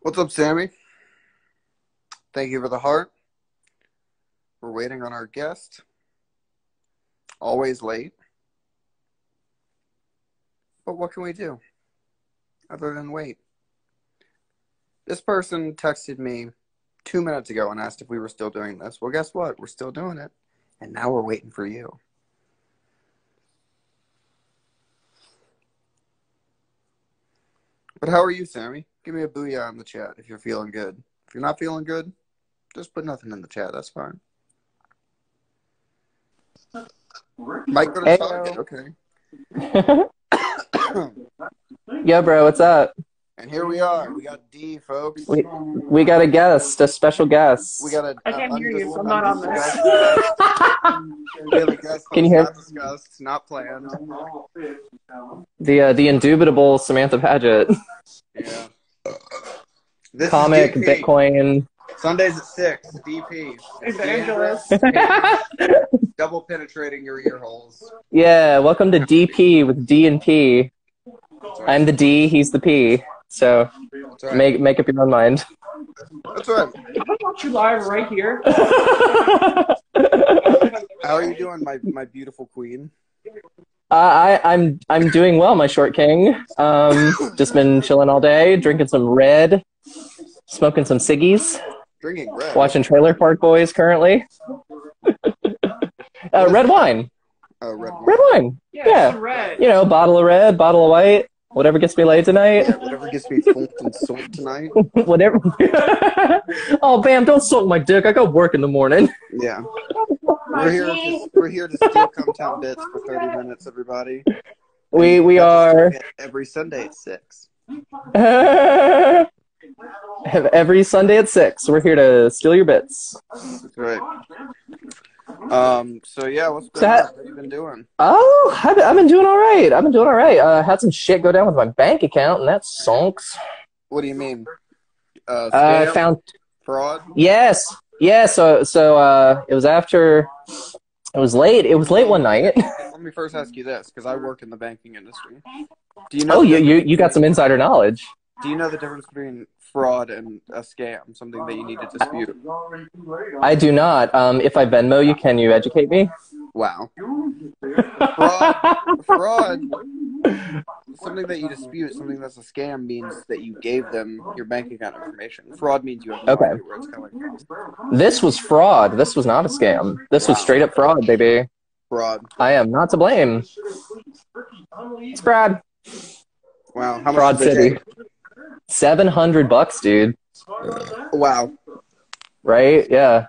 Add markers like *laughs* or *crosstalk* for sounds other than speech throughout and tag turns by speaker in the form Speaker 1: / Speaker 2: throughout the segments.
Speaker 1: What's up, Sammy? Thank you for the heart. We're waiting on our guest. Always late. But what can we do other than wait? This person texted me two minutes ago and asked if we were still doing this. Well, guess what? We're still doing it. And now we're waiting for you. But how are you, Sammy? Give me a booyah in the chat if you're feeling good. If you're not feeling good, just put nothing in the chat. That's fine. Mike, go to
Speaker 2: Hey.
Speaker 1: Target. Okay. *coughs*
Speaker 2: Yo, bro, what's up?
Speaker 1: and here we are. We got D, folks.
Speaker 2: We we got a guest, a special guest.
Speaker 1: We got a.
Speaker 3: I can't
Speaker 1: a
Speaker 3: hear you.
Speaker 1: undis-
Speaker 3: I'm not on this.
Speaker 1: undiscussed-
Speaker 3: *laughs*
Speaker 1: we have a guest
Speaker 2: Can you
Speaker 1: that's
Speaker 2: hear-
Speaker 1: Not discussed, not planned.
Speaker 2: the uh, the indubitable Samantha Paget,
Speaker 1: Yeah. This is
Speaker 2: comic,
Speaker 1: DP.
Speaker 2: Bitcoin.
Speaker 1: Sundays at six. DP. It's
Speaker 3: Los Angeles.
Speaker 1: Deandra. Double penetrating your ear holes.
Speaker 2: yeah, welcome to DP with D and P. I'm the D, he's the P. So
Speaker 1: That's right.
Speaker 2: make make up your own mind. *laughs*
Speaker 1: That's right.
Speaker 3: I watch you live right here.
Speaker 2: I
Speaker 1: How are you doing, my my beautiful queen?
Speaker 2: Uh, I, I'm I'm doing well, my short king. Um, just been chilling all day, drinking some red, smoking some ciggies.
Speaker 1: Drinking red.
Speaker 2: watching Trailer Park Boys currently. *laughs* uh, red wine,
Speaker 1: Uh, red wine.
Speaker 2: red wine.
Speaker 3: Yeah,
Speaker 2: Yeah.
Speaker 3: it's red.
Speaker 2: You know, bottle of red, bottle of white, whatever gets me laid tonight. *laughs*
Speaker 1: Yeah, whatever gets me funked and soaked tonight.
Speaker 2: whatever. *laughs* oh, bam! Don't soak my dick. I got work in the morning.
Speaker 1: Yeah. We're here to, we're here to steal Come Town Bits for 30 minutes, everybody.
Speaker 2: We we are *laughs*
Speaker 1: Every Sunday at 6.
Speaker 2: Have every Sunday at six. We're here to steal your bits.
Speaker 1: That's right. Um, so, yeah, what's
Speaker 2: So
Speaker 1: been
Speaker 2: how-
Speaker 1: up? What you been doing?
Speaker 2: Oh, I've, I've been doing all right. I've been doing all right. Uh, had some shit go down with my bank account, and that sunks.
Speaker 1: What do you mean? Uh,
Speaker 2: Uh,
Speaker 1: scam?
Speaker 2: found
Speaker 1: fraud?
Speaker 2: Yes. Yeah, so so uh it was after it was late. It was late one night. *laughs*
Speaker 1: Let me first ask you this, because I work in the banking industry. Do you know?
Speaker 2: oh,
Speaker 1: the
Speaker 2: you, you
Speaker 1: difference
Speaker 2: you got some
Speaker 1: between-
Speaker 2: insider knowledge.
Speaker 1: Do you know the difference between fraud and a scam? Something that you need to dispute.
Speaker 2: I do not. Um if I Venmo you, can you educate me?
Speaker 1: Wow. Fraud, fraud. Something that you dispute, something that's a scam, means that you gave them your bank account information. Fraud means you have no
Speaker 2: Okay.
Speaker 1: idea where it's coming from.
Speaker 2: this was fraud. This was not a scam. This was
Speaker 1: Wow.
Speaker 2: straight up fraud, baby.
Speaker 1: Fraud.
Speaker 2: I am not to blame. It's fraud.
Speaker 1: Wow. How much
Speaker 2: Fraud
Speaker 1: did they
Speaker 2: City. 700 bucks, dude.
Speaker 1: take? Wow.
Speaker 2: Right? Yeah.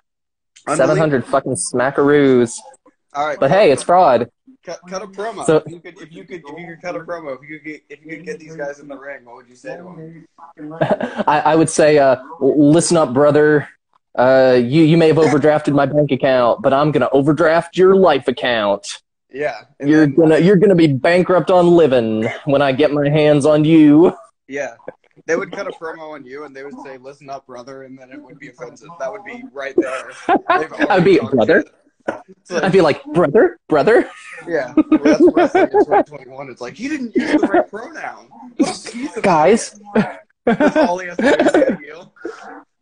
Speaker 1: Unbelievable.
Speaker 2: 700 fucking smackaroos.
Speaker 1: All right.
Speaker 2: But hey, it's fraud.
Speaker 1: Cut, cut a promo.
Speaker 2: So-
Speaker 1: if, you could, if you could, if you could cut a promo, if you could, get, if you could get these guys in the ring, what would you say to them?
Speaker 2: *laughs* I, I would say, uh, l- listen up, brother. Uh, you you may have overdrafted my bank account, but I'm gonna overdraft your life account.
Speaker 1: Yeah. and
Speaker 2: You're
Speaker 1: then-
Speaker 2: gonna you're gonna be bankrupt on living when I get my hands on you. *laughs*
Speaker 1: Yeah. They would cut a promo on you and they would say, listen up, brother, and then it would be offensive. That would be right there. They've already
Speaker 2: *laughs* I'd be
Speaker 1: gone
Speaker 2: brother.
Speaker 1: to it. It's like,
Speaker 2: I'd be like, brother, brother.
Speaker 1: yeah. Well, that's what I think in 2021. It's like, he didn't use the right pronoun. What a piece of
Speaker 2: Guys.
Speaker 1: shit. That's all he has to do is say, Gil.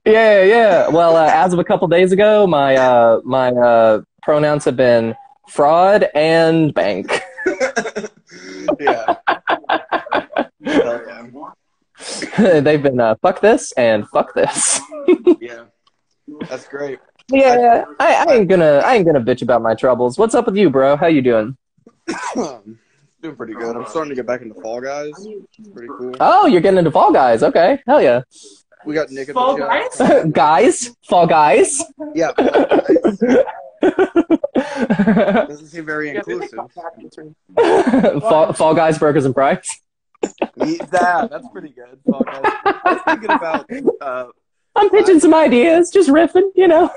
Speaker 2: Yeah, yeah. Well, uh, as of a couple days ago, my uh, my uh, pronouns have been fraud and bank. *laughs*
Speaker 1: Yeah. Hell yeah.
Speaker 2: They've been uh, fuck this and fuck this.
Speaker 1: Yeah. That's
Speaker 3: *coughs*
Speaker 1: great. *coughs*
Speaker 2: Yeah, I, I ain't gonna I ain't gonna bitch about my troubles. What's up with you, bro? How you doing?
Speaker 1: Doing pretty good. I'm starting to get back into Fall Guys. It's pretty cool.
Speaker 3: Uh,
Speaker 2: Oh, you're getting into Fall Guys. Okay, hell
Speaker 4: *laughs*
Speaker 2: yeah,
Speaker 1: We got Nick in
Speaker 3: Fall
Speaker 1: the chat.
Speaker 2: *laughs* guys, Fall
Speaker 4: *laughs*
Speaker 2: Guys.
Speaker 1: Yeah. Fall Guys.
Speaker 2: fall,
Speaker 1: Doesn't seem very
Speaker 3: Yeah, they
Speaker 1: inclusive.
Speaker 3: fuck that pizza.
Speaker 2: fall Guys, Burgers and Fries.
Speaker 1: Eat that. That's pretty good. Fall Guys. I was thinking about, uh,
Speaker 2: I'm pitching some ideas, just riffing, you know.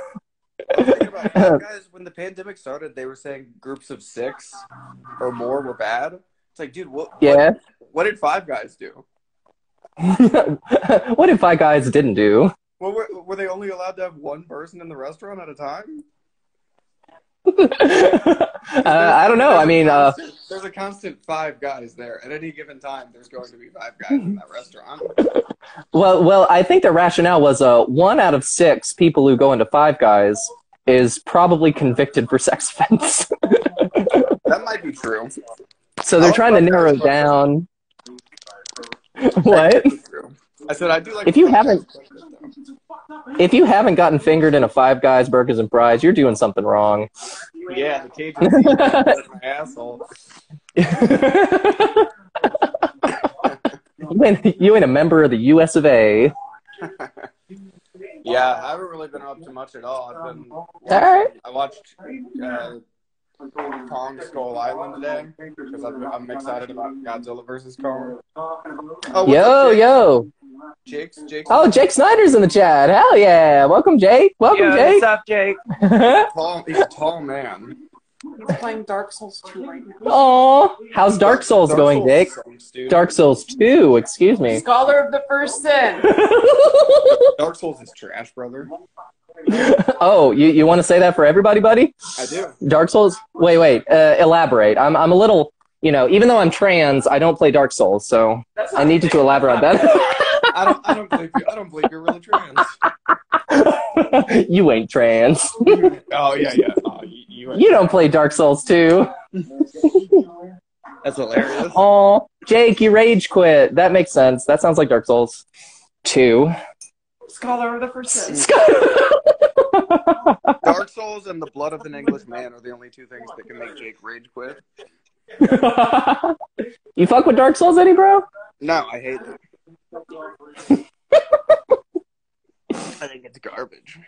Speaker 1: I was thinking about
Speaker 3: *laughs*
Speaker 1: Fall Guys when the pandemic started. They were saying groups of six or more were bad. It's like, dude, what?
Speaker 2: Yeah. *laughs*
Speaker 1: What, what did Five Guys do?
Speaker 2: what if Five Guys didn't do? *laughs*
Speaker 1: Well, were, were they only allowed to have one person in the restaurant at a time?
Speaker 2: uh, I don't know. I mean, uh,
Speaker 1: There's
Speaker 4: there's a constant five guys there. At any given time, there's going to be five guys in that restaurant.
Speaker 2: Well, well, I think the rationale was uh, one out of six people who go into Five Guys is probably convicted for sex offense. *laughs*
Speaker 4: That might be true.
Speaker 2: so they're
Speaker 4: Oh,
Speaker 2: trying to
Speaker 4: Five Guys
Speaker 2: narrow
Speaker 4: fuckers.
Speaker 2: down. What?
Speaker 4: True. I said I do like.
Speaker 2: If you haven't- If you haven't gotten fingered in a Five Guys burgers and fries, you're doing something
Speaker 4: *laughs*
Speaker 2: wrong.
Speaker 4: yeah, the Cajun
Speaker 2: *laughs*
Speaker 4: seafood is my asshole.
Speaker 2: you, ain't, you ain't a member of the U.S. of A.
Speaker 4: Yeah, I haven't really been up to much at all. I've been.
Speaker 2: right.
Speaker 4: I watched uh, Kong Skull Island today because I'm, I'm excited about Godzilla versus Kong. Oh, what's
Speaker 2: Yo,
Speaker 4: up, Jake?
Speaker 2: yo.
Speaker 4: Jake's Jake's
Speaker 2: Oh, Jake Snyder's in the chat. Hell yeah. Welcome, Jake. Welcome,
Speaker 5: Yo,
Speaker 2: Jake.
Speaker 5: what's up, Jake?
Speaker 4: tall. He's a tall man.
Speaker 3: He's playing Dark Souls 2 right now.
Speaker 2: *laughs* Aw. How's Dark Souls going,
Speaker 4: Souls
Speaker 2: Jake?
Speaker 4: sucks, dude.
Speaker 2: Dark Souls 2, excuse me. *laughs*
Speaker 3: Scholar of the First Sin.
Speaker 4: Dark Souls is trash, brother.
Speaker 2: oh, you, you want to say that for everybody, buddy?
Speaker 4: I do.
Speaker 2: Dark Souls? Wait, wait. Uh, elaborate. I'm, I'm a little, you know, even though I'm trans, I don't play Dark Souls, so
Speaker 3: That's
Speaker 2: I needed to elaborate on that. *laughs*
Speaker 4: I don't. I don't believe you. I don't believe you're really trans.
Speaker 2: you ain't trans.
Speaker 4: Oh yeah, yeah. Oh, you, you are-
Speaker 2: You don't play Dark Souls 2.
Speaker 4: That's hilarious.
Speaker 2: Oh, Jake, you rage quit. That makes sense. That sounds like Dark Souls 2.
Speaker 3: Scholar of the First Sin.
Speaker 2: *laughs*
Speaker 4: Dark Souls and the blood of an English man are the only two things that can make Jake rage quit.
Speaker 2: you fuck with Dark Souls, any bro? *laughs*
Speaker 4: No, I hate it. I think it's garbage.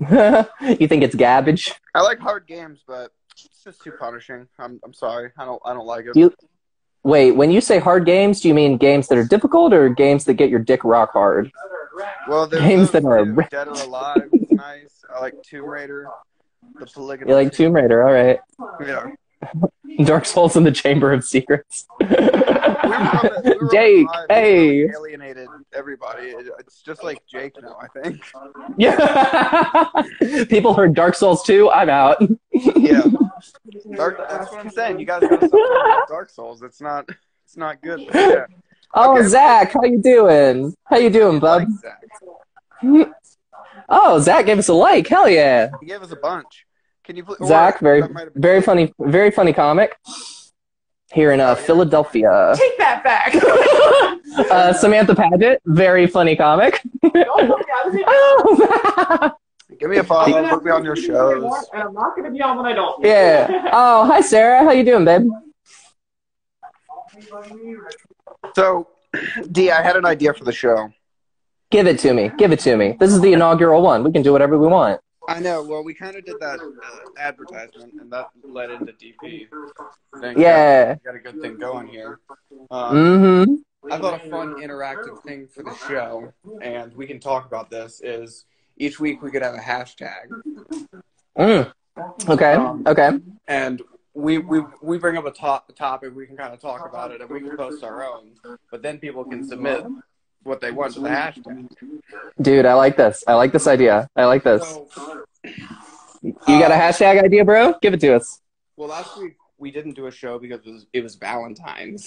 Speaker 2: you think it's garbage?
Speaker 4: I like hard games, but it's just too punishing. I'm, I'm sorry. I don't. I don't like it.
Speaker 2: You- Wait, when you say hard games, do you mean games that are difficult or games that get your dick rock hard?
Speaker 4: well, there's
Speaker 2: games that
Speaker 4: those
Speaker 2: are
Speaker 4: two.
Speaker 2: wrecked.
Speaker 4: Dead or Alive. It's nice. I like Tomb Raider. The polygamous.
Speaker 2: You like Tomb Raider, all right.
Speaker 4: Yeah.
Speaker 2: *laughs* Dark Souls in the Chamber of
Speaker 4: *laughs*
Speaker 2: Secrets.
Speaker 4: We were on the- we were on the
Speaker 2: Jake,
Speaker 4: drive, we
Speaker 2: hey.
Speaker 4: really Alienated everybody. It- It's just like Jake now. I
Speaker 2: *laughs*
Speaker 4: think.
Speaker 2: Yeah. *laughs* People heard Dark Souls 2, I'm out.
Speaker 4: Yeah. Dark, that's what I'm saying. You guys gotta stop talking about Dark Souls. It's not. It's not good. But yeah,
Speaker 2: *laughs* Oh,
Speaker 4: Okay.
Speaker 2: Zach, how you doing? How you doing, bub?
Speaker 4: like Zach.
Speaker 2: Oh, Zach gave us a like. Hell yeah.
Speaker 4: He gave us a bunch. Can you please? or
Speaker 2: Zach, very
Speaker 4: that might have been-
Speaker 2: very funny very funny comic here
Speaker 4: Oh,
Speaker 2: in uh, Philadelphia.
Speaker 3: Take that
Speaker 2: *laughs*
Speaker 3: back.
Speaker 2: uh, Samantha Paget, very funny comic. *laughs*
Speaker 3: Oh my God, is it-
Speaker 2: Oh,
Speaker 4: Give me a
Speaker 3: I'm
Speaker 4: follow.
Speaker 3: gonna
Speaker 4: Put me on your shows.
Speaker 3: And I'm not going to be on when I don't.
Speaker 2: yeah. Oh, hi Sarah. How you doing, babe?
Speaker 4: So, *clears throat* D, I had an idea for the show.
Speaker 2: Give it to me. Give it to me. This is the inaugural one. We can do whatever we want.
Speaker 4: I know. Well, we kind of did that uh, advertisement, and that led into DP. Thank
Speaker 2: Yeah.
Speaker 4: God, we got a good thing going here. Um,
Speaker 2: Mm-hmm.
Speaker 4: I thought a fun interactive thing for the show, and we can talk about this. Is each week we could have a hashtag,
Speaker 2: Mm. Okay. Okay.
Speaker 4: and we we we bring up a top topic. We can kind of talk about it, and we can post our own. But then people can submit what they want to the hashtag.
Speaker 2: Dude, I like this. I like this idea. I like this.
Speaker 4: So,
Speaker 2: You got a hashtag idea, bro? Give it to us.
Speaker 4: well, last week we didn't do a show because it was, it was Valentine's.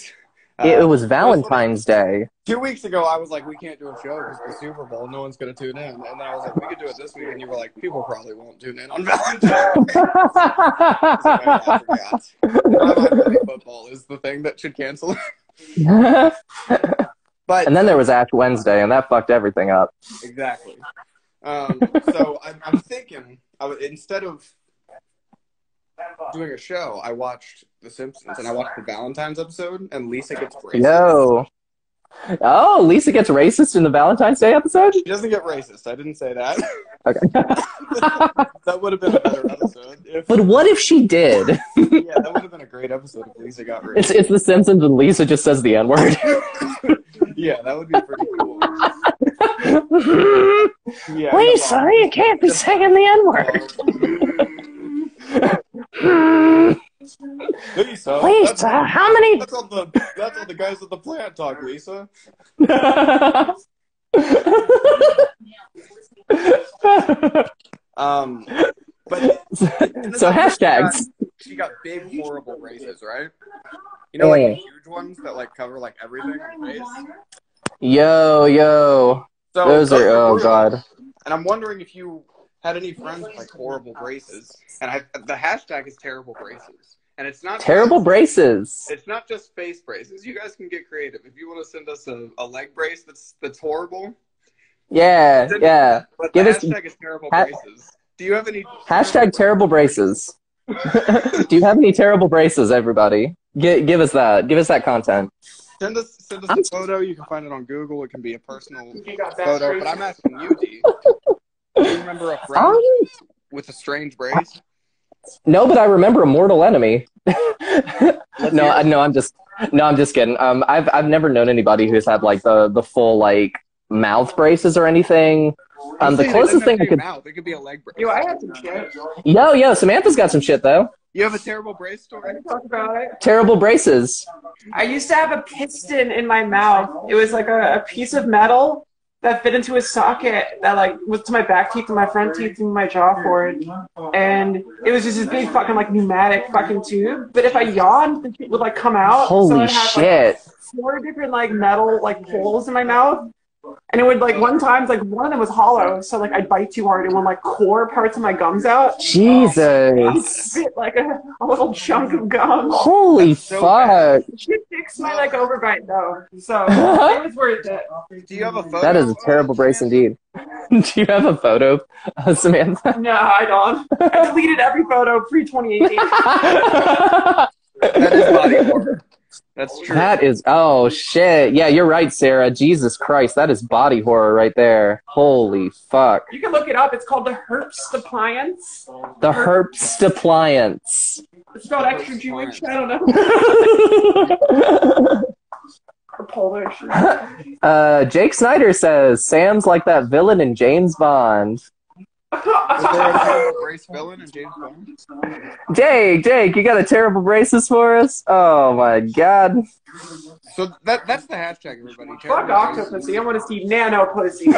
Speaker 2: It, it
Speaker 4: Uh,
Speaker 2: was Valentine's *laughs* Day.
Speaker 4: two weeks ago, I was like, we can't do a show because the Super Bowl, no one's going to tune in. And then I was like, we could do it this week. And you were like, people probably won't tune in on *laughs* Valentine's Day. So I
Speaker 2: *laughs*
Speaker 4: forgot. Probably football is the thing that should cancel. it.
Speaker 2: and
Speaker 4: But
Speaker 2: then there was Ash Wednesday, and that fucked everything up.
Speaker 4: exactly. Um, so I'm, I'm thinking I would- instead of doing a show, I watched The Simpsons and I watched the Valentine's episode, and Lisa gets racist.
Speaker 2: Yo. Oh, Lisa gets racist in the Valentine's Day episode?
Speaker 4: She doesn't get racist. I didn't say that.
Speaker 2: Okay.
Speaker 4: *laughs* that would have been a better episode. If,
Speaker 2: But what if she did?
Speaker 4: yeah, that would have been a great episode if Lisa got
Speaker 2: It's,
Speaker 4: racist.
Speaker 2: it's The Simpsons and Lisa just says the N *laughs* word.
Speaker 4: Yeah, that would be pretty cool. Yeah,
Speaker 2: Lisa,
Speaker 4: *laughs*
Speaker 2: you can't be saying the N word. *laughs*
Speaker 4: Lisa. that's-
Speaker 2: Lisa, uh, how many?
Speaker 4: That's on the that's on the guys at the plant talk, Lisa.
Speaker 2: *laughs*
Speaker 4: Um, but Um,
Speaker 2: so hashtags.
Speaker 4: she you got big, horrible braces, right? You know, like the
Speaker 2: Oh, Yeah.
Speaker 4: huge ones that like cover like everything. Right?
Speaker 2: Yo, yo.
Speaker 4: So
Speaker 2: Those are, oh,
Speaker 4: horrible.
Speaker 2: God.
Speaker 4: And I'm wondering if you had any friends with like horrible braces. And I, the hashtag is terrible braces. And it's not
Speaker 2: Terrible braces.
Speaker 4: It's not just face braces. You guys can get creative. If you want to send us a, a leg brace that's that's horrible,
Speaker 2: Yeah, yeah.
Speaker 4: but
Speaker 2: Give
Speaker 4: the
Speaker 2: us-
Speaker 4: hashtag is terrible
Speaker 2: ha-
Speaker 4: braces. Do you have any
Speaker 2: Hashtag terrible braces. *laughs* Do you have any terrible braces, everybody? Gi- give us that. Give us that content.
Speaker 4: Send us send us
Speaker 2: I'm-
Speaker 4: a photo. You can find it on Google. It can be a personal
Speaker 3: *laughs* You got that
Speaker 4: photo. But I'm asking you, D. Do you remember a friend
Speaker 2: Um,
Speaker 4: with a strange brace?
Speaker 2: no, but I remember a mortal enemy. no, I, no, I'm just no, I'm just kidding. Um, I've I've never known anybody who's had like the the full like mouth braces or anything. Um, the
Speaker 4: It doesn't
Speaker 2: closest
Speaker 4: have
Speaker 2: thing
Speaker 4: to
Speaker 2: I
Speaker 4: be
Speaker 2: could.
Speaker 4: mouth. It could be a leg brace.
Speaker 3: Yo, I had some shit.
Speaker 2: Yo, yo, Samantha's got some shit though.
Speaker 4: You have a terrible brace
Speaker 3: I
Speaker 4: story.
Speaker 3: can talk about it.
Speaker 2: Terrible braces.
Speaker 3: I used to have a piston in my mouth. It was like a, a piece of metal that fit into a socket that like was to my back teeth and my front teeth and my jaw forward. And it was just this big fucking like pneumatic fucking tube. But if I yawned, the shit would like come
Speaker 4: Oh,
Speaker 3: out. so
Speaker 2: Holy
Speaker 3: I'd have, like,
Speaker 2: shit.
Speaker 3: four different like metal like holes in my mouth. And it would like one time like one of them was hollow, so like I'd bite too hard and one like core parts of my gums out.
Speaker 2: Jesus.
Speaker 3: Bit like a, a little chunk of gum.
Speaker 2: Holy
Speaker 4: That's so bad.
Speaker 2: fuck.
Speaker 3: She fixed my like overbite though. So it was worth it.
Speaker 4: Do you have a photo?
Speaker 2: That is a terrible brace indeed. *laughs* Do you have a photo, uh, Samantha?
Speaker 3: No, I don't. I deleted every photo pre 2018.
Speaker 4: That
Speaker 2: *laughs*
Speaker 4: is body horror. That's true.
Speaker 2: That is oh shit. Yeah, you're right, Sarah. Jesus Christ, that is body horror right there. Holy fuck.
Speaker 3: You can look it up. It's called the Herps Appliance.
Speaker 2: The herps appliance.
Speaker 3: It's spelled extra Jewish. I don't know. *laughs* Or Polish.
Speaker 2: *laughs* uh, Jake Snyder says Sam's like that villain in James Bond.
Speaker 4: Is there a terrible brace villain in James Bond?
Speaker 2: Jake, Jake, you got a terrible braces for us? Oh my god. *laughs*
Speaker 4: So that that's the hashtag, everybody.
Speaker 3: Fuck
Speaker 4: Terrible braces.
Speaker 3: Octopussy. I want to see Nano Pussy.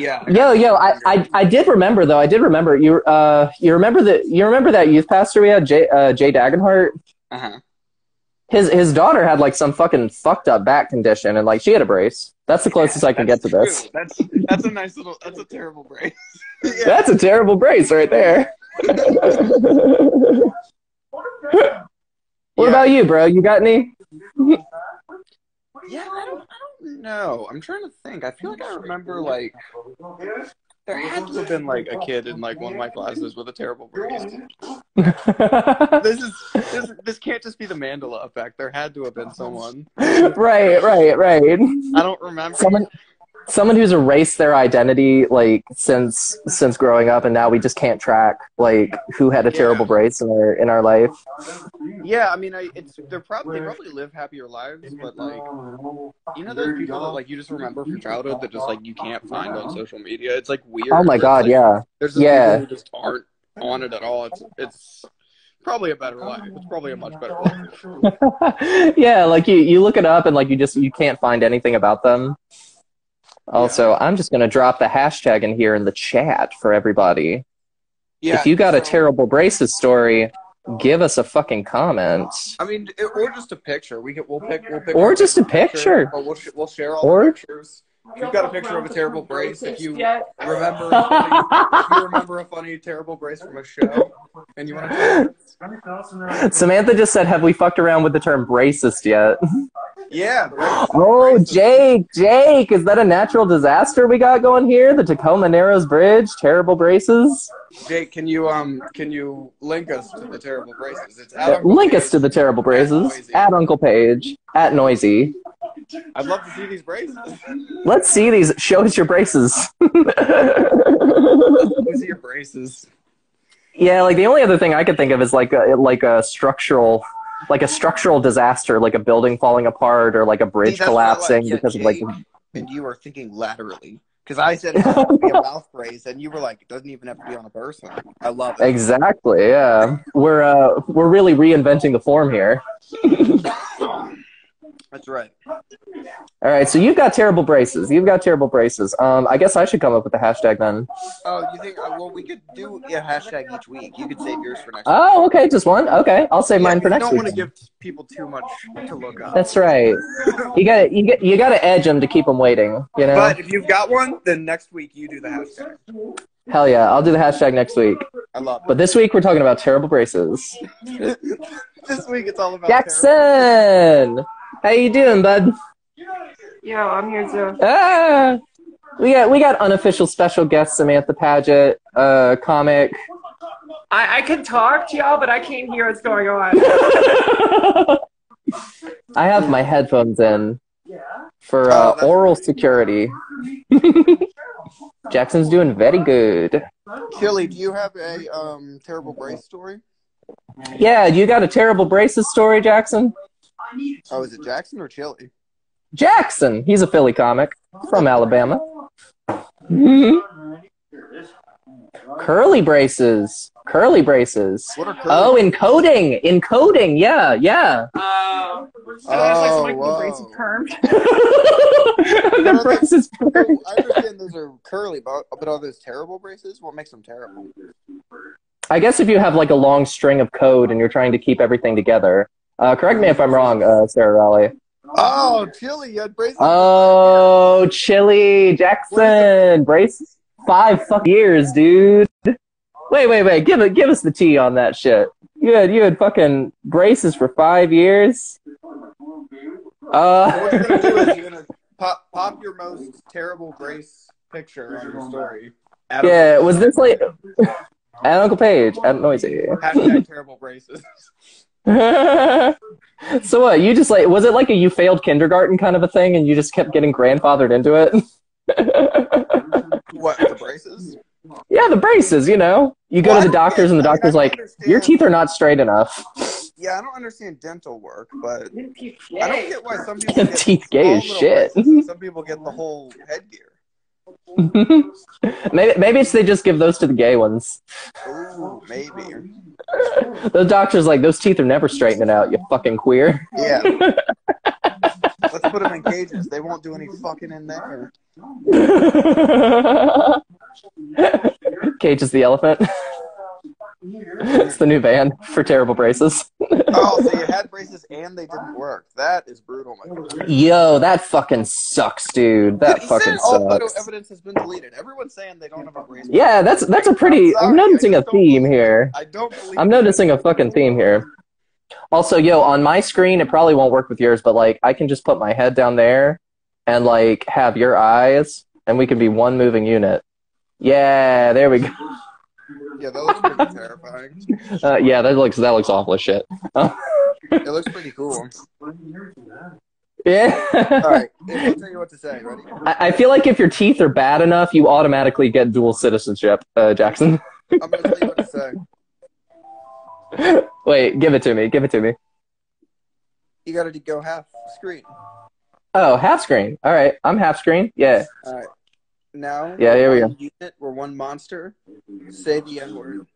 Speaker 4: Yeah.
Speaker 2: yo, yo, I, I, I did remember though. I did remember you. Uh, you remember that? You remember that youth pastor we had, Jay, uh, Jay Dagenhart.
Speaker 4: Uh huh.
Speaker 2: His his daughter had like some fucking fucked up back condition, and like she had a brace. That's the closest I can get to this.
Speaker 4: That's that's a nice little. That's a terrible brace.
Speaker 2: That's a terrible brace right there. *laughs* what
Speaker 4: Yeah.
Speaker 2: about you, bro? You got any? *laughs*
Speaker 4: Yeah, I don't, I don't know. I'm trying to think. I feel like I remember like there had to have been like a kid in like one of my classes with a terrible brace. This is this this can't just be the Mandela effect. There had to have been someone.
Speaker 2: right, right, right.
Speaker 4: I don't remember.
Speaker 2: Someone, someone who's erased their identity like since since growing up, and now we just can't track like who had a
Speaker 4: Yeah.
Speaker 2: terrible brace in our in our life.
Speaker 4: Yeah, I mean, I it's they're probably they probably live happier lives, but like you know those people that like you just remember from childhood that just like you can't find on social media. It's like weird.
Speaker 2: Oh my
Speaker 4: It's,
Speaker 2: god,
Speaker 4: like,
Speaker 2: yeah.
Speaker 4: There's just
Speaker 2: Yeah.
Speaker 4: people who just aren't on it at all. It's it's probably a better life. It's probably a much better life.
Speaker 2: *laughs* yeah, like you, you look it up and like you just you can't find anything about them. Also, I'm just gonna drop the hashtag in here in the chat for everybody.
Speaker 4: Yeah.
Speaker 2: if you got a
Speaker 4: so-
Speaker 2: terrible braces story, give us a fucking comment.
Speaker 4: I mean, it, or just a picture. We could, we'll pick, we'll pick,
Speaker 2: Or just a picture.
Speaker 4: Or we'll, sh- we'll share all
Speaker 2: Or-
Speaker 4: the pictures. If you've got a picture of a terrible brace, if
Speaker 3: *laughs*
Speaker 4: you
Speaker 3: Yeah.
Speaker 4: remember, a funny, if you remember a funny terrible brace from a show, and you want to,
Speaker 2: Samantha just said, "Have we fucked around with the term bracist yet?" *laughs*
Speaker 4: yeah. brace-
Speaker 2: Oh,
Speaker 4: braces.
Speaker 2: Jake, Jake, is that a natural disaster we got going here? The Tacoma Narrows Bridge, terrible braces.
Speaker 4: Jake, can you um, can you link us to the terrible braces? It's
Speaker 2: Yeah,
Speaker 4: Adam.
Speaker 2: Link us to the terrible braces
Speaker 4: Noisy.
Speaker 2: at Uncle Page at Noisy.
Speaker 4: I'd love to see
Speaker 2: *laughs*
Speaker 4: these braces.
Speaker 2: Let's see these. Show us your braces. *laughs*
Speaker 4: Let's see your braces.
Speaker 2: yeah, like the only other thing I could think of is like a, like a structural, like a structural disaster, like a building falling apart or like a bridge
Speaker 4: See, that's what I like.
Speaker 2: collapsing
Speaker 4: Yeah,
Speaker 2: because of like.
Speaker 4: Jake And you are thinking laterally because I said it has to
Speaker 2: *laughs*
Speaker 4: be a mouth brace, and you were like, it doesn't even have to be on a person. I love it.
Speaker 2: Exactly. Yeah, we're uh, we're really reinventing the form here.
Speaker 4: That's right.
Speaker 2: All right, so you've got terrible braces. You've got terrible braces. Um, I guess I should come up with a hashtag then.
Speaker 4: Oh, you think? uh, Well, we could do a hashtag each week. You could save yours for next. week.
Speaker 2: Oh, okay, just one. Okay, I'll save mine
Speaker 4: Yeah,
Speaker 2: for
Speaker 4: you
Speaker 2: next
Speaker 4: don't
Speaker 2: week.
Speaker 4: want to give people too much to look up.
Speaker 2: That's right. You got to you got you got to edge them to keep them waiting. You know.
Speaker 4: But if you've got one, then next week you do the hashtag. *laughs*
Speaker 2: Hell yeah, I'll do the hashtag next week.
Speaker 4: I love
Speaker 2: But this week we're talking about terrible braces.
Speaker 4: it. this week it's all about
Speaker 2: Jackson, how you doing, bud?
Speaker 3: Yo, I'm here too.
Speaker 2: Ah, we got we got unofficial special guest Samantha Paget, uh, comic. *laughs*
Speaker 3: I, I can talk to y'all, but I can't hear what's going
Speaker 4: *laughs*
Speaker 3: on.
Speaker 2: I have my headphones in for
Speaker 4: Oh,
Speaker 2: uh,
Speaker 4: that's-
Speaker 2: oral security. *laughs* Jackson's doing very good.
Speaker 4: Chili, do you have a um, terrible brace story?
Speaker 2: Yeah, you got a terrible braces story, Jackson.
Speaker 4: Oh, is it Jackson or Chili?
Speaker 2: Jackson, he's a Philly comic from Alabama. Mhm. Curly braces, curly braces.
Speaker 4: What are curly?
Speaker 2: Oh, encoding, encoding. Yeah,
Speaker 4: *laughs*
Speaker 2: yeah.
Speaker 3: Oh, so there's
Speaker 4: Oh,
Speaker 3: like
Speaker 4: whoa.
Speaker 3: some like braces *laughs* permed.
Speaker 2: the braces.
Speaker 4: So, I understand those are curly, but, but are those terrible braces? What makes them terrible?
Speaker 2: I guess if you have like a long string of code and you're trying to keep everything together. Uh, correct me if I'm wrong, uh, Sarah Raleigh.
Speaker 4: Oh, Chili, you had braces.
Speaker 2: Oh, Chili Jackson, brace five fuck years, dude. Wait, wait, wait. Give it, give us the tea on that shit. You had you had fucking braces for five years.
Speaker 4: So what you're
Speaker 2: Uh, *laughs*
Speaker 4: gonna do is you're gonna pop pop your most terrible brace picture in your story. Adam,
Speaker 2: yeah. Was this like at Uncle Page at Noisy?
Speaker 4: Hashtag terrible braces.
Speaker 2: *laughs* so what? You just like was it like a you failed kindergarten kind of a thing, and you just kept getting grandfathered into it?
Speaker 4: What the braces?
Speaker 2: *laughs* yeah, the braces. You know, you go
Speaker 4: Well,
Speaker 2: to
Speaker 4: I
Speaker 2: the doctors, and the
Speaker 4: mean, I
Speaker 2: doctor's
Speaker 4: don't
Speaker 2: like,
Speaker 4: understand-
Speaker 2: "Your teeth are not straight
Speaker 4: *laughs*
Speaker 2: enough."
Speaker 4: Yeah, I don't understand dental work, but I don't
Speaker 3: Yay.
Speaker 4: get why some
Speaker 2: *laughs*
Speaker 4: people get
Speaker 2: Teeth gay
Speaker 4: small
Speaker 2: as
Speaker 4: little
Speaker 2: shit.
Speaker 4: braces and Some
Speaker 2: *laughs*
Speaker 4: people get the whole headgear.
Speaker 2: maybe maybe it's they just give those to the gay ones.
Speaker 4: Ooh, maybe.
Speaker 2: The doctor's like, "Those teeth are never straightening out. You fucking queer." *laughs*
Speaker 4: Yeah. Let's put them in cages. They won't do any fucking in there.
Speaker 2: Cage is the elephant. it's the new band for terrible braces.
Speaker 4: Oh, so you had braces and they didn't work. That is brutal, my friend.
Speaker 2: Yo, that fucking sucks, dude. That
Speaker 4: He said
Speaker 2: fucking
Speaker 4: all photo
Speaker 2: sucks.
Speaker 4: evidence has been deleted. Everyone's saying they don't have a brace.
Speaker 2: Yeah, that's that's a
Speaker 4: I'm
Speaker 2: pretty.
Speaker 4: sorry,
Speaker 2: I'm noticing
Speaker 4: I
Speaker 2: a
Speaker 4: just don't
Speaker 2: theme
Speaker 4: believe-
Speaker 2: here.
Speaker 4: I don't believe.
Speaker 2: I'm
Speaker 4: it.
Speaker 2: noticing a fucking theme here. Also, yo, on my screen, it probably won't work with yours, but like I can just put my head down there and like have your eyes, and we can be one moving unit. Yeah, there we go.
Speaker 4: Yeah, that looks pretty terrifying.
Speaker 2: Uh, yeah, that looks that looks awful as shit. *laughs*
Speaker 4: It looks pretty cool. All
Speaker 2: Yeah,
Speaker 4: right, I'll tell you what to say. Ready?
Speaker 2: I, I feel like if your teeth are bad enough, you automatically get dual citizenship, uh, Jackson. *laughs*
Speaker 4: I'm gonna tell you what to say.
Speaker 2: Wait, give it to me. Give it to me.
Speaker 4: You gotta de- go half screen.
Speaker 2: Oh, half screen. All right, I'm half screen. Yeah. *laughs*
Speaker 4: All right. Now.
Speaker 2: Yeah, here we go.
Speaker 4: one Unit, we're one monster. Say the N word.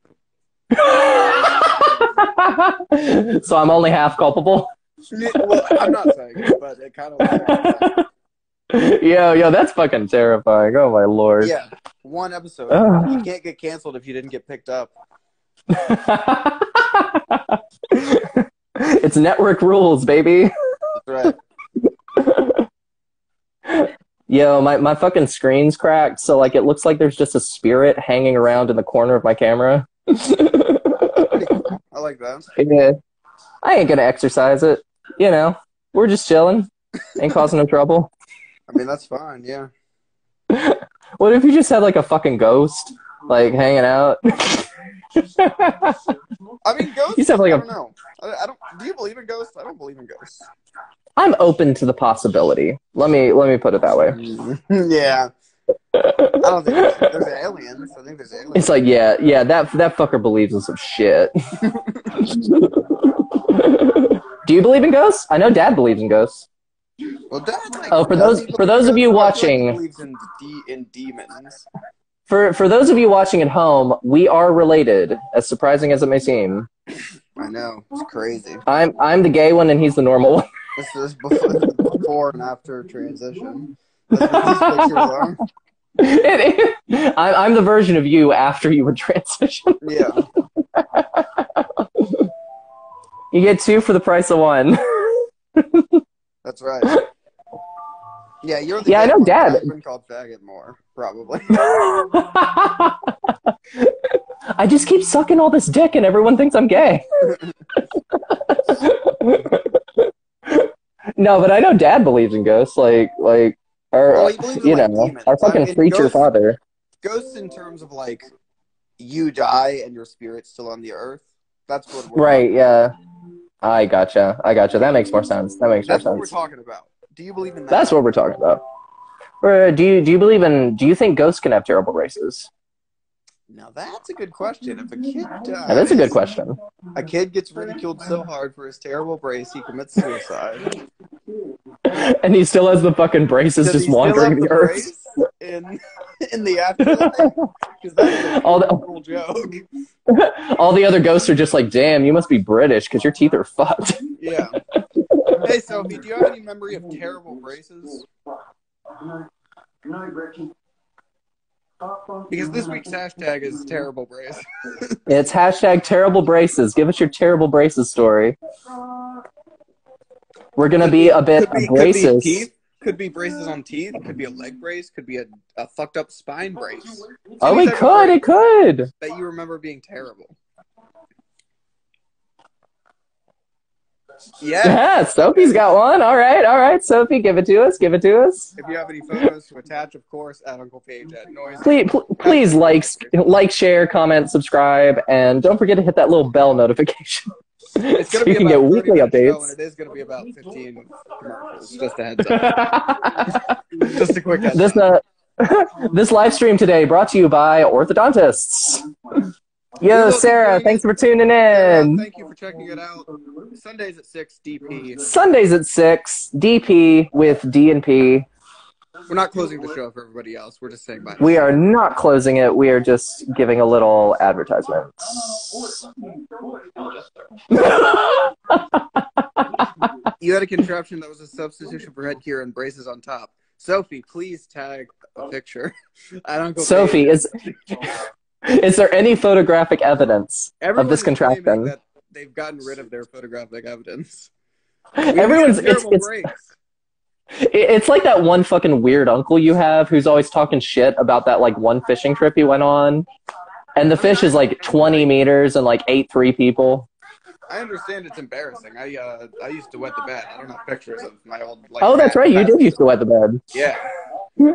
Speaker 2: so I'm only half culpable.
Speaker 4: Well, I'm not saying it, but it kind
Speaker 2: *laughs*
Speaker 4: of.
Speaker 2: yo, yo, that's fucking terrifying. Oh my lord.
Speaker 4: Yeah, one episode.
Speaker 2: Ugh.
Speaker 4: You can't get canceled if you didn't get picked up.
Speaker 2: *laughs* it's network rules, baby.
Speaker 4: That's right.
Speaker 2: *laughs* Yo, my, my fucking screen's cracked, so like it looks like there's just a spirit hanging around in the corner of my camera. *laughs*
Speaker 4: Pretty cool. I like that.
Speaker 2: yeah. I ain't gonna exercise it. You know. We're just chilling. Ain't causing no trouble.
Speaker 4: I mean, that's fine. Yeah. *laughs*
Speaker 2: What if you just had like a fucking ghost? Like hanging out. *laughs*
Speaker 4: I mean, ghosts.
Speaker 2: You sound like
Speaker 4: I
Speaker 2: a-
Speaker 4: don't know. I, I don't. Do you believe in ghosts? I don't believe in ghosts.
Speaker 2: I'm open to the possibility. Let me let me put it that way.
Speaker 4: yeah. I don't think there's, there's aliens. I think there's aliens.
Speaker 2: It's like, yeah, yeah, that that fucker believes in some shit. *laughs* Do you believe in ghosts? I know Dad believes in ghosts.
Speaker 4: Well, that's like,
Speaker 2: Oh, for those- for those of you watching-
Speaker 4: believes in de- in demons.
Speaker 2: For for those of you watching at home, we are related, as surprising as it may seem.
Speaker 4: I know it's crazy.
Speaker 2: I'm I'm the gay one and he's the normal one.
Speaker 4: This is before, before and after transition. That's what these pictures are.
Speaker 2: It is. I- *laughs* I'm the version of you after you would transition.
Speaker 4: Yeah.
Speaker 2: You get two for the price of one.
Speaker 4: That's right. Yeah, you're the
Speaker 2: Yeah, I
Speaker 4: gay
Speaker 2: know
Speaker 4: one.
Speaker 2: Dad.
Speaker 4: I've been called faggot more, probably.
Speaker 2: I *laughs* just keep sucking all this dick, and everyone thinks I'm gay. *laughs* no, but I know Dad believes in ghosts. Like, like, our,
Speaker 4: Well, he believes in,
Speaker 2: you know,
Speaker 4: like, demons.
Speaker 2: our fucking
Speaker 4: I mean,
Speaker 2: preacher
Speaker 4: ghosts-
Speaker 2: father.
Speaker 4: Ghosts in terms of like you die and your spirit's still on the earth. That's what we're
Speaker 2: Right? Yeah. I gotcha. I gotcha. That makes more sense. That makes
Speaker 4: That's
Speaker 2: more
Speaker 4: what we're
Speaker 2: sense.
Speaker 4: talking about. Do you believe in that?
Speaker 2: That's what we're talking about. Uh, do you do you believe in? Do you think ghosts can have terrible races?
Speaker 4: Now that's a good question. If a kid dies,
Speaker 2: Now, that's a good question.
Speaker 4: A kid gets ridiculed so hard for his terrible brace, he commits suicide.
Speaker 2: And he still has the fucking braces,
Speaker 4: Does he
Speaker 2: just
Speaker 4: still have
Speaker 2: wandering the earth.
Speaker 4: brace in *laughs* in the afterlife? Because
Speaker 2: *laughs*
Speaker 4: that's
Speaker 2: All
Speaker 4: all
Speaker 2: the-
Speaker 4: the cool joke.
Speaker 2: All the other ghosts are just like, damn, you must be British because your teeth are fucked. *laughs*
Speaker 4: Yeah. Hey, Sophie, do you have any memory of terrible braces? Because this week's hashtag is terrible brace.
Speaker 2: It's hashtag terrible braces. Give us your terrible braces story. We're going to be a bit
Speaker 4: Could be, could be
Speaker 2: braces.
Speaker 4: teeth. Could be braces on teeth. Could be a leg brace. Could be a, a fucked up spine brace
Speaker 2: Oh, it could. It could.
Speaker 4: that you remember being terrible. Yeah.
Speaker 2: Yeah, Sophie's got one. All right. All right. Sophie, give it to us. Give it to us.
Speaker 4: If you have any photos to attach, of course, at Uncle Page at Noise.
Speaker 2: Please, pl- please like, like, share, comment, subscribe, and don't forget to hit that little bell notification.
Speaker 4: It's
Speaker 2: so
Speaker 4: gonna
Speaker 2: you
Speaker 4: be
Speaker 2: can
Speaker 4: about
Speaker 2: get
Speaker 4: 30
Speaker 2: weekly
Speaker 4: minutes show,
Speaker 2: updates.
Speaker 4: and it is going to be about 15 commercials. Just a heads up.
Speaker 2: *laughs*
Speaker 4: Just a quick heads
Speaker 2: this
Speaker 4: up.
Speaker 2: uh, *laughs* this live stream today brought to you by orthodontists. Yo, Sarah, thanks for tuning
Speaker 4: Sarah,
Speaker 2: in.
Speaker 4: Uh, Thank you for checking it out. Sundays at 6 DP.
Speaker 2: Sundays at six, DP with D and P.
Speaker 4: We're not closing the show for everybody else. We're just saying bye.
Speaker 2: We are not closing it. We are just giving a little advertisement. *laughs*
Speaker 4: You had a contraption that was a substitution for headgear and braces on top. Sophie, please tag a picture. I don't go.
Speaker 2: Sophie, is *laughs* is there any photographic evidence?
Speaker 4: Everyone
Speaker 2: of this
Speaker 4: is claiming
Speaker 2: contraption.
Speaker 4: that They've gotten rid of their photographic evidence.
Speaker 2: *laughs*
Speaker 4: We
Speaker 2: Everyone's
Speaker 4: had
Speaker 2: it's
Speaker 4: terrible
Speaker 2: it's
Speaker 4: breaks.
Speaker 2: it's like that one fucking weird uncle you have who's always talking shit about that like one fishing trip he went on. And the fish is like 20 meters and like eight three people.
Speaker 4: I understand it's embarrassing. I uh, I used to wet the bed. I don't have pictures of my old. Like,
Speaker 2: Oh, that's
Speaker 4: rat
Speaker 2: right. You
Speaker 4: past-
Speaker 2: did used to wet the bed. *laughs*
Speaker 4: Yeah.
Speaker 2: Yeah.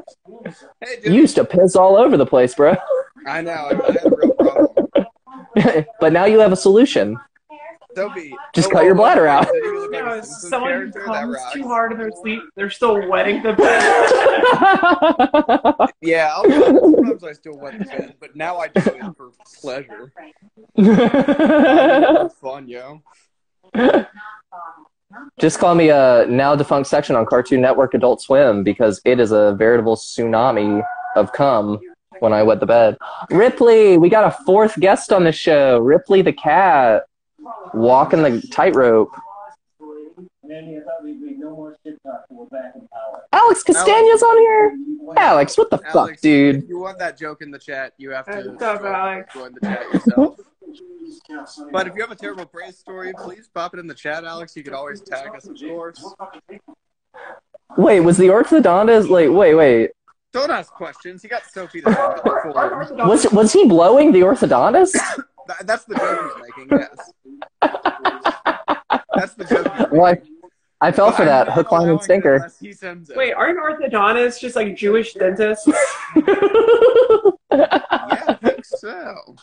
Speaker 4: Hey, dude.
Speaker 2: You used to piss all over the place, bro. *laughs*
Speaker 4: I know. I, I had a real problem.
Speaker 2: but now you have a solution. *laughs*
Speaker 4: Sophie.
Speaker 2: Just cut your bladder out.
Speaker 4: You look like a
Speaker 3: No, if
Speaker 4: Simpsons
Speaker 3: someone
Speaker 4: character, that
Speaker 3: comes
Speaker 4: rocks.
Speaker 3: too hard in their sleep, they're still wetting
Speaker 2: *laughs*
Speaker 3: the bed.
Speaker 4: Yeah, I'll, sometimes I still wet the bed, but now I do it for pleasure.
Speaker 2: *laughs*
Speaker 4: for fun, yo.
Speaker 2: Just call me a now defunct section on Cartoon Network Adult Swim because it is a veritable tsunami of cum when I wet the bed. Ripley, we got a fourth guest on the show. Ripley the cat walking the tightrope.
Speaker 5: Nanny, I thought we'd make no more shit talk. We're back in power.
Speaker 2: Alex Castagna's on here. Alex, what the fuck,
Speaker 4: Alex,
Speaker 2: dude?
Speaker 4: If you want that joke in the chat, you have to
Speaker 3: Good job,
Speaker 4: join,
Speaker 3: Alex.
Speaker 4: join the chat yourself. But if you have a terrible praise story, please pop it in the chat, Alex. You can always tag us, of course.
Speaker 2: Wait, was the orthodontist like? Wait, wait.
Speaker 4: Don't ask questions. He got Sophie to thank before.
Speaker 2: Was was he blowing the orthodontist?
Speaker 4: Th- that's the joke he's making, yes. That's the joke. he's
Speaker 2: Well, I,
Speaker 4: making.
Speaker 2: I fell for
Speaker 4: I'm
Speaker 2: that
Speaker 4: not
Speaker 2: hook, line,
Speaker 4: allowing
Speaker 2: and
Speaker 4: it
Speaker 2: sinker. *laughs*
Speaker 4: unless He sends it.
Speaker 3: Wait, aren't orthodontists just like Jewish dentists?
Speaker 4: Yeah, I think so.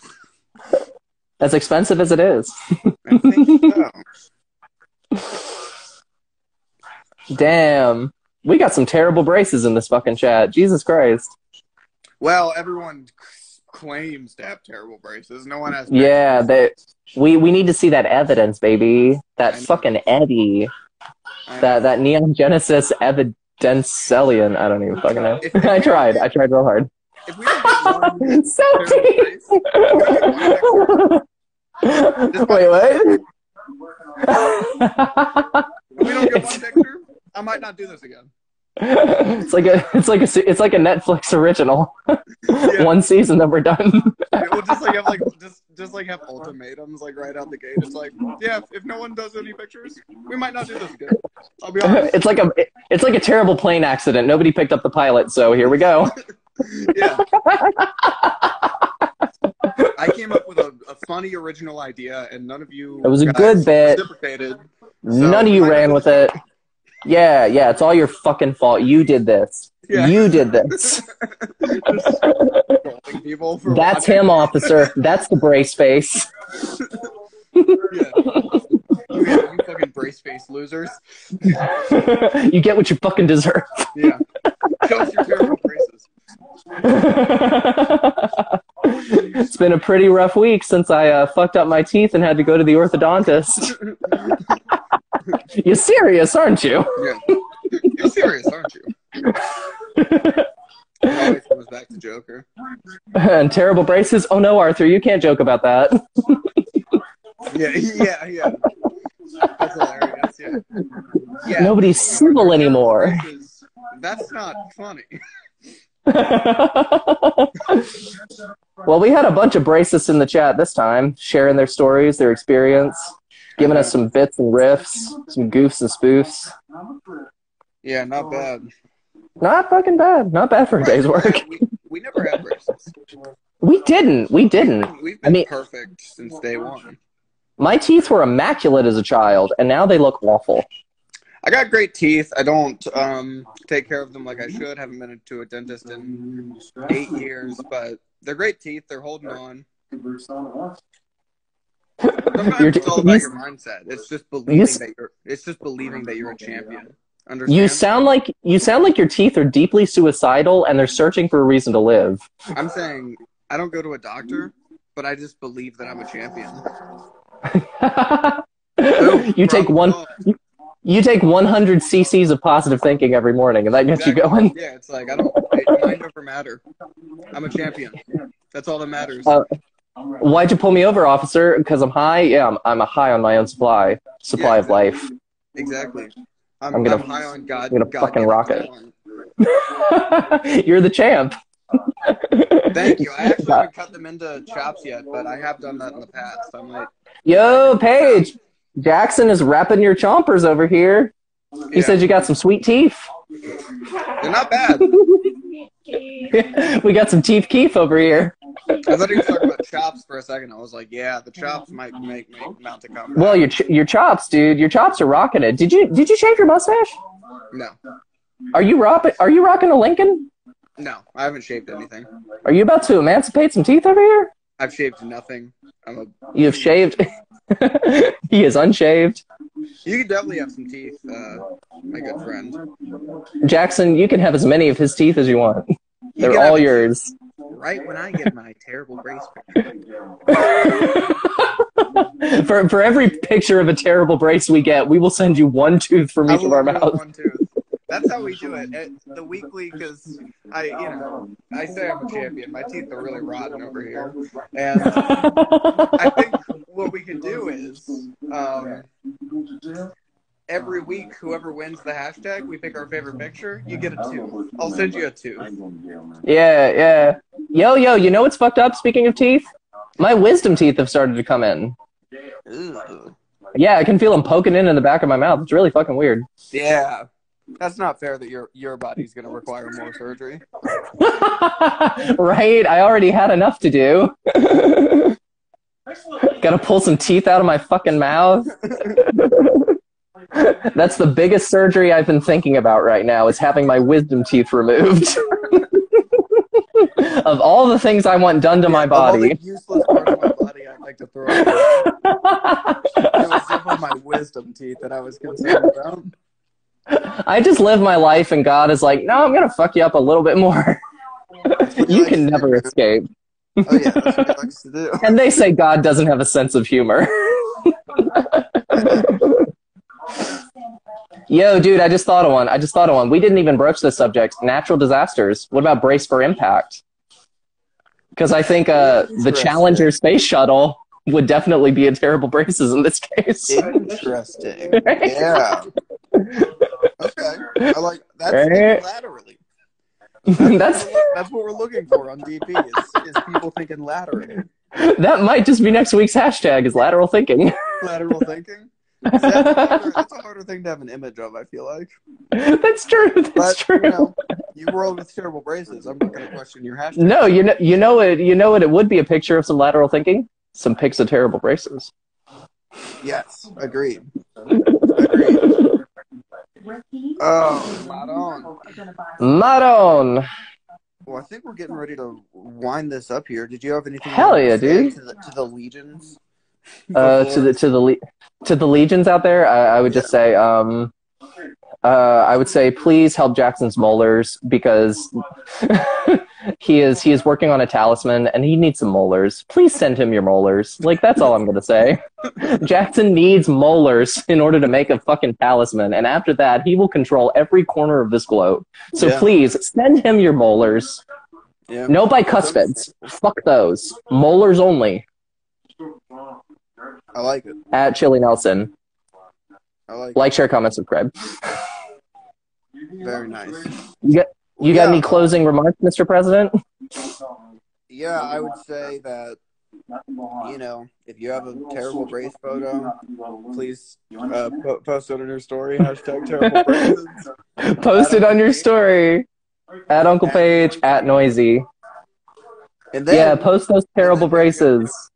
Speaker 2: as expensive as it is. *laughs*
Speaker 4: I think so.
Speaker 2: Damn, we got some terrible braces in this fucking chat. Jesus Christ.
Speaker 4: Well, everyone c- claims to have terrible braces. No one has.
Speaker 2: Yeah, that we we need to see that evidence, baby. That
Speaker 4: I know.
Speaker 2: fucking Eddie.
Speaker 4: I-
Speaker 2: That that Neon Genesis Evidencelion. I don't even fucking know.
Speaker 4: If- if
Speaker 2: *laughs* I
Speaker 4: we-
Speaker 2: tried. I tried real
Speaker 4: *laughs*
Speaker 2: hard.
Speaker 4: If we don't get one
Speaker 2: so
Speaker 4: terrible
Speaker 2: deep.
Speaker 4: brace,
Speaker 2: *laughs* Wait, what?
Speaker 4: if we don't get one picture, do this again.
Speaker 2: *laughs* it's like a it's like a se- it's like a Netflix original. *laughs*
Speaker 4: Yeah.
Speaker 2: One season, then we're done.
Speaker 4: Yeah, we'll just like have like just just like have ultimatums like right out the gate. It's like, yeah, if, if no one does any pictures, we might not do this again. I'll be
Speaker 2: *laughs*
Speaker 4: honest.
Speaker 2: it's like a it's like a terrible plane accident. Nobody picked up the pilot, so here we go.
Speaker 4: *laughs* Yeah. I came up with a, a funny original idea, and none of you.
Speaker 2: It was a
Speaker 4: guys
Speaker 2: good bit.
Speaker 4: Reciprocated.
Speaker 2: None of you ran with it. Yeah, yeah, it's all your fucking fault. You did this.
Speaker 4: Yeah.
Speaker 2: You did this.
Speaker 4: Just trolling people *laughs* for
Speaker 2: That's
Speaker 4: watching.
Speaker 2: him, officer. That's the brace face. *laughs*
Speaker 4: Yeah. You, yeah, you fucking brace face losers.
Speaker 2: you get what you fucking deserve. *laughs*
Speaker 4: Yeah. Show us your terrible braces.
Speaker 2: it's been a pretty rough week since I uh, fucked up my teeth and had to go to the orthodontist. *laughs* You're serious, aren't you? *laughs*
Speaker 4: Yeah. You're serious, aren't you? It always comes back to Joker.
Speaker 2: and terrible braces. Oh no, Arthur, you can't joke about that.
Speaker 4: Yeah, yeah, yeah. That's hilarious. Yeah. yeah.
Speaker 2: Nobody's civil anymore. *laughs*
Speaker 4: Braces, That's not funny.
Speaker 2: well, we had a bunch of bracists in the chat this time, sharing their stories, their experience, giving us some bits and riffs, some goofs and spoofs.
Speaker 4: Yeah, not bad.
Speaker 2: Not fucking bad. Not bad for a day's work. *laughs*
Speaker 4: We, we never had braces.
Speaker 2: We didn't. We didn't.
Speaker 4: We've been
Speaker 2: I mean-
Speaker 4: perfect since day one.
Speaker 2: My teeth were immaculate as a child, and now they look awful.
Speaker 4: I got great teeth. I don't um, take care of them like I should. Haven't been to a dentist in eight years, but they're great teeth. They're holding on. Sometimes
Speaker 2: Your
Speaker 4: it's
Speaker 2: te-
Speaker 4: all about
Speaker 2: you-
Speaker 4: your mindset. It's just believing
Speaker 2: s-
Speaker 4: that you're. It's just believing that you're a champion. Understand?
Speaker 2: You sound like you sound like your teeth are deeply suicidal, and they're searching for a reason to live. *laughs*
Speaker 4: I'm saying I don't go to a doctor, but I just believe that I'm a champion.
Speaker 2: *laughs* you take one. You take 100 cc's of positive thinking every morning, and that gets you
Speaker 4: Exactly.
Speaker 2: going.
Speaker 4: Yeah, it's like I don't. It, mind over matter. I'm a champion. That's all that matters.
Speaker 2: Uh, Why'd you pull me over, officer? Because I'm high. Yeah, I'm, I'm a high on my own supply supply of life. *laughs*
Speaker 4: exactly.
Speaker 2: I'm
Speaker 4: I'm, I'm,
Speaker 2: gonna-
Speaker 4: high on God.
Speaker 2: I'm gonna
Speaker 4: God
Speaker 2: fucking rock it.
Speaker 4: talent.
Speaker 2: You're the champ.
Speaker 4: *laughs*
Speaker 2: *laughs*
Speaker 4: Thank you. I actually haven't cut them into chops yet, but I have done that in the past. I might.
Speaker 2: Yo, Paige. Jackson is repping your chompers over here. He
Speaker 4: Yeah.
Speaker 2: said you got some sweet teeth. *laughs*
Speaker 4: They're not bad.
Speaker 2: we got some teeth keef over here.
Speaker 4: I thought he was talking about chops for a second. I was like, yeah, the chops might make me mount to come.
Speaker 2: Well, your ch- your chops, dude. Your chops are rocking it. Did you did you shave your mustache?
Speaker 4: no,
Speaker 2: Are you rocking Are you rocking a Lincoln?
Speaker 4: no, I haven't shaved anything.
Speaker 2: Are you about to emancipate some teeth over here?
Speaker 4: I've shaved nothing. I'm a.
Speaker 2: You have shaved. *laughs* he is unshaved.
Speaker 4: You could definitely have some teeth, uh, my good friend.
Speaker 2: Jackson, you can have as many of his teeth as you want.
Speaker 4: You
Speaker 2: They're
Speaker 4: can
Speaker 2: all
Speaker 4: have-
Speaker 2: yours. *laughs*
Speaker 4: Right when I get my terrible brace picture.
Speaker 2: for for every picture of a terrible brace we get, we will send you one tooth from
Speaker 4: I
Speaker 2: each of our
Speaker 4: will do it
Speaker 2: mouths. *laughs*
Speaker 4: one, two. That's how we do it. At the weekly, because I, you know, I say I'm a champion. My teeth are really rotten over here, and I think what we could do is um, every week, whoever wins the hashtag, we pick our favorite picture. You get a tooth. I'll send you a tooth.
Speaker 2: yeah, yeah. Yo, yo, you know what's fucked up? Speaking of teeth, my wisdom teeth have started to come in.
Speaker 4: Ew.
Speaker 2: Yeah, I can feel them poking in in the back of my mouth. It's really fucking weird.
Speaker 4: Yeah, that's not fair. That your your body's gonna require more surgery.
Speaker 2: *laughs* right? I already had enough to do. *laughs* Gotta pull some teeth out of my fucking mouth. *laughs* That's the biggest surgery I've been thinking about right now is having my wisdom teeth removed. *laughs* of all the things I want done to my
Speaker 4: Of all the
Speaker 2: body.
Speaker 4: useless part of my body. I'd like to throw. Away. *laughs* It was definitely my wisdom teeth that I was concerned about.
Speaker 2: *laughs* I just live my life and God is like, no, I'm gonna fuck you up a little bit more. *laughs* you can never escape.
Speaker 4: Oh yeah, that's what he likes to do.
Speaker 2: And they say God doesn't have a sense of
Speaker 4: *laughs*
Speaker 2: humor. Yo, dude, I just thought of one. I just thought of one. We didn't even broach this subject. Natural disasters. What about brace for impact? Because I think uh, the
Speaker 4: Interesting.
Speaker 2: Challenger space shuttle would definitely be a terrible braces in this case.
Speaker 4: Interesting. Yeah. Okay. I like that's
Speaker 2: Right.
Speaker 4: laterally.
Speaker 2: *laughs* That's
Speaker 4: That's what we're looking for on DP is, is people thinking laterally.
Speaker 2: that might just be next week's hashtag is lateral thinking.
Speaker 4: Lateral thinking. Is that a harder- that's a harder thing to have an image of, I feel like.
Speaker 2: *laughs* That's true. That's
Speaker 4: But
Speaker 2: true.
Speaker 4: you know, you rolled with terrible braces. I'm not gonna question your hashtag.
Speaker 2: No, you know, you know it. You know it. It would be a picture of some lateral thinking. Some pics of terrible braces.
Speaker 4: *laughs* Yes, agreed. agreed. Oh, right on.
Speaker 2: Maron.
Speaker 4: Well, I think we're getting ready to wind this up here. Did you have anything? you
Speaker 2: Hell
Speaker 4: wanted
Speaker 2: yeah,
Speaker 4: to say
Speaker 2: dude.
Speaker 4: To the, to the legions.
Speaker 2: Uh,
Speaker 4: Before-
Speaker 2: to the to the le- to the legions out there, I, I would just say, um, uh, I would say, please help Jackson's molars because *laughs* he is he is working on a talisman and he needs some molars. Please send him your molars. Like that's all I'm gonna say. *laughs* Jackson needs molars in order to make a fucking talisman, and after that, he will control every corner of this globe. So
Speaker 4: Yeah.
Speaker 2: please send him your molars.
Speaker 4: Yeah.
Speaker 2: No bicuspids. Fuck those. Molars only
Speaker 4: I like it.
Speaker 2: at Chili Nelson.
Speaker 4: I like
Speaker 2: Like, share, comment, subscribe.
Speaker 4: it. Very nice.
Speaker 2: You got you
Speaker 4: Yeah.
Speaker 2: got any closing remarks, Mr. President? *laughs*
Speaker 4: Yeah, I would say that you know if you have a terrible brace photo, please uh, po- post it on your story. Hashtag
Speaker 2: *laughs*
Speaker 4: terrible braces.
Speaker 2: Post it on your story at Uncle Page at Noisy.
Speaker 4: And then
Speaker 2: Yeah, post those terrible braces.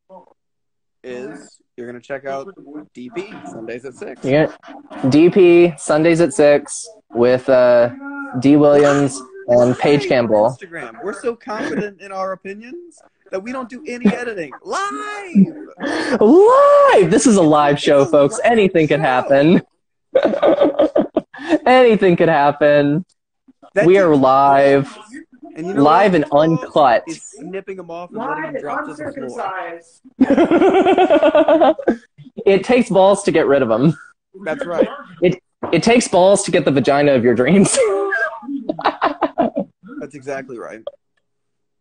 Speaker 4: is you're gonna check out DP Sundays at six.
Speaker 2: Yeah. DP Sundays at six with uh, D Williams and Paige Campbell.
Speaker 4: Instagram. We're so confident in our opinions that we don't do any editing live.
Speaker 2: Live. This is a live show, folks. Anything could happen. *laughs* Anything could happen.
Speaker 4: That
Speaker 2: We
Speaker 4: dude-
Speaker 2: are live,
Speaker 4: and you know
Speaker 2: live
Speaker 4: what?
Speaker 2: and uncut.
Speaker 4: Is snipping them off and letting
Speaker 3: Live
Speaker 4: them
Speaker 3: and
Speaker 4: drop to the floor.
Speaker 3: uncircumcised.
Speaker 2: *laughs* it takes balls to get rid of them.
Speaker 4: That's right.
Speaker 2: It takes balls to get the vagina of your dreams. *laughs*
Speaker 4: That's exactly right.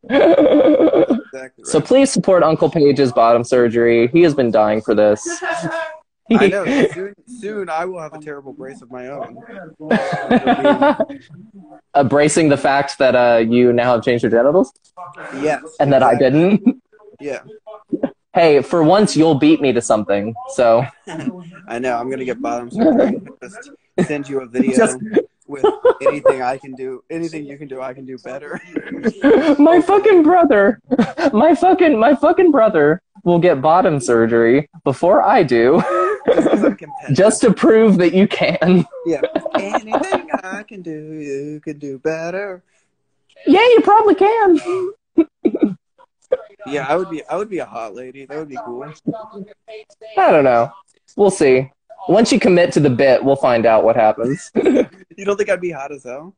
Speaker 4: Exactly right.
Speaker 2: so please support Uncle Page's bottom surgery. He has been dying for this.
Speaker 4: I
Speaker 2: *laughs*
Speaker 4: know. Soon, soon I will have a terrible brace of my own.
Speaker 2: *laughs* Uh, bracing the fact that uh, you now have changed your genitals
Speaker 4: Yes.
Speaker 2: and that I
Speaker 4: exactly.
Speaker 2: didn't.
Speaker 4: Yeah.
Speaker 2: Hey, for once you'll beat me to something. So
Speaker 4: I know. I'm gonna
Speaker 2: *laughs*
Speaker 4: get bottom surgery. Just send you a video
Speaker 2: Just-
Speaker 4: with anything I can do, anything you can do, I can do better.
Speaker 2: *laughs* my fucking brother, *laughs* my fucking my fucking brother will get bottom surgery before I do,
Speaker 4: *laughs*
Speaker 2: *laughs*
Speaker 4: Just 'cause I'm competitive.
Speaker 2: just to prove that you can. *laughs*
Speaker 4: yeah. Anything I can do, you can do better.
Speaker 2: Yeah, you probably can.
Speaker 4: Yeah, I would be. I would be a hot lady. That would be cool.
Speaker 2: I don't know. We'll see. Once you commit to the bit, we'll find out what happens. *laughs*
Speaker 4: You don't think I'd be hot as hell?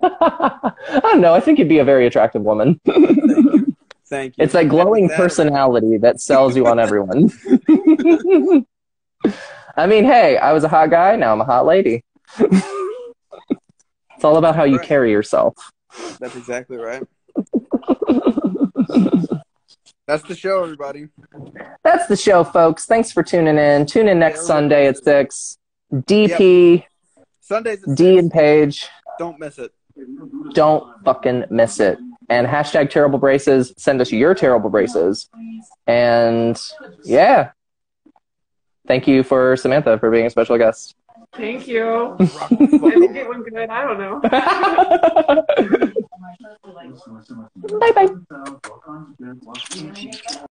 Speaker 2: I don't know. I think you'd be a very attractive woman.
Speaker 4: Thank you.
Speaker 2: It's that glowing
Speaker 4: That-
Speaker 2: personality that sells you on everyone. *laughs* I mean, hey, I was a hot guy, now I'm a hot lady. *laughs* it's all about how you carry yourself.
Speaker 4: That's exactly right. That's the show, everybody.
Speaker 2: That's the show, folks. Thanks for tuning in. Tune in next Sunday at 6. DP,
Speaker 4: Sundays at
Speaker 2: D, and Paige.
Speaker 4: Don't miss it.
Speaker 2: Don't fucking miss it. And hashtag terrible braces. Send us your terrible braces. And yeah. Thank you for Samantha for being a special guest.
Speaker 3: *laughs*
Speaker 2: *laughs*
Speaker 3: Thank you.
Speaker 4: *laughs* Rock the fuck
Speaker 3: I think
Speaker 4: out.
Speaker 3: it went good. I don't
Speaker 2: bye
Speaker 3: know.
Speaker 2: bye.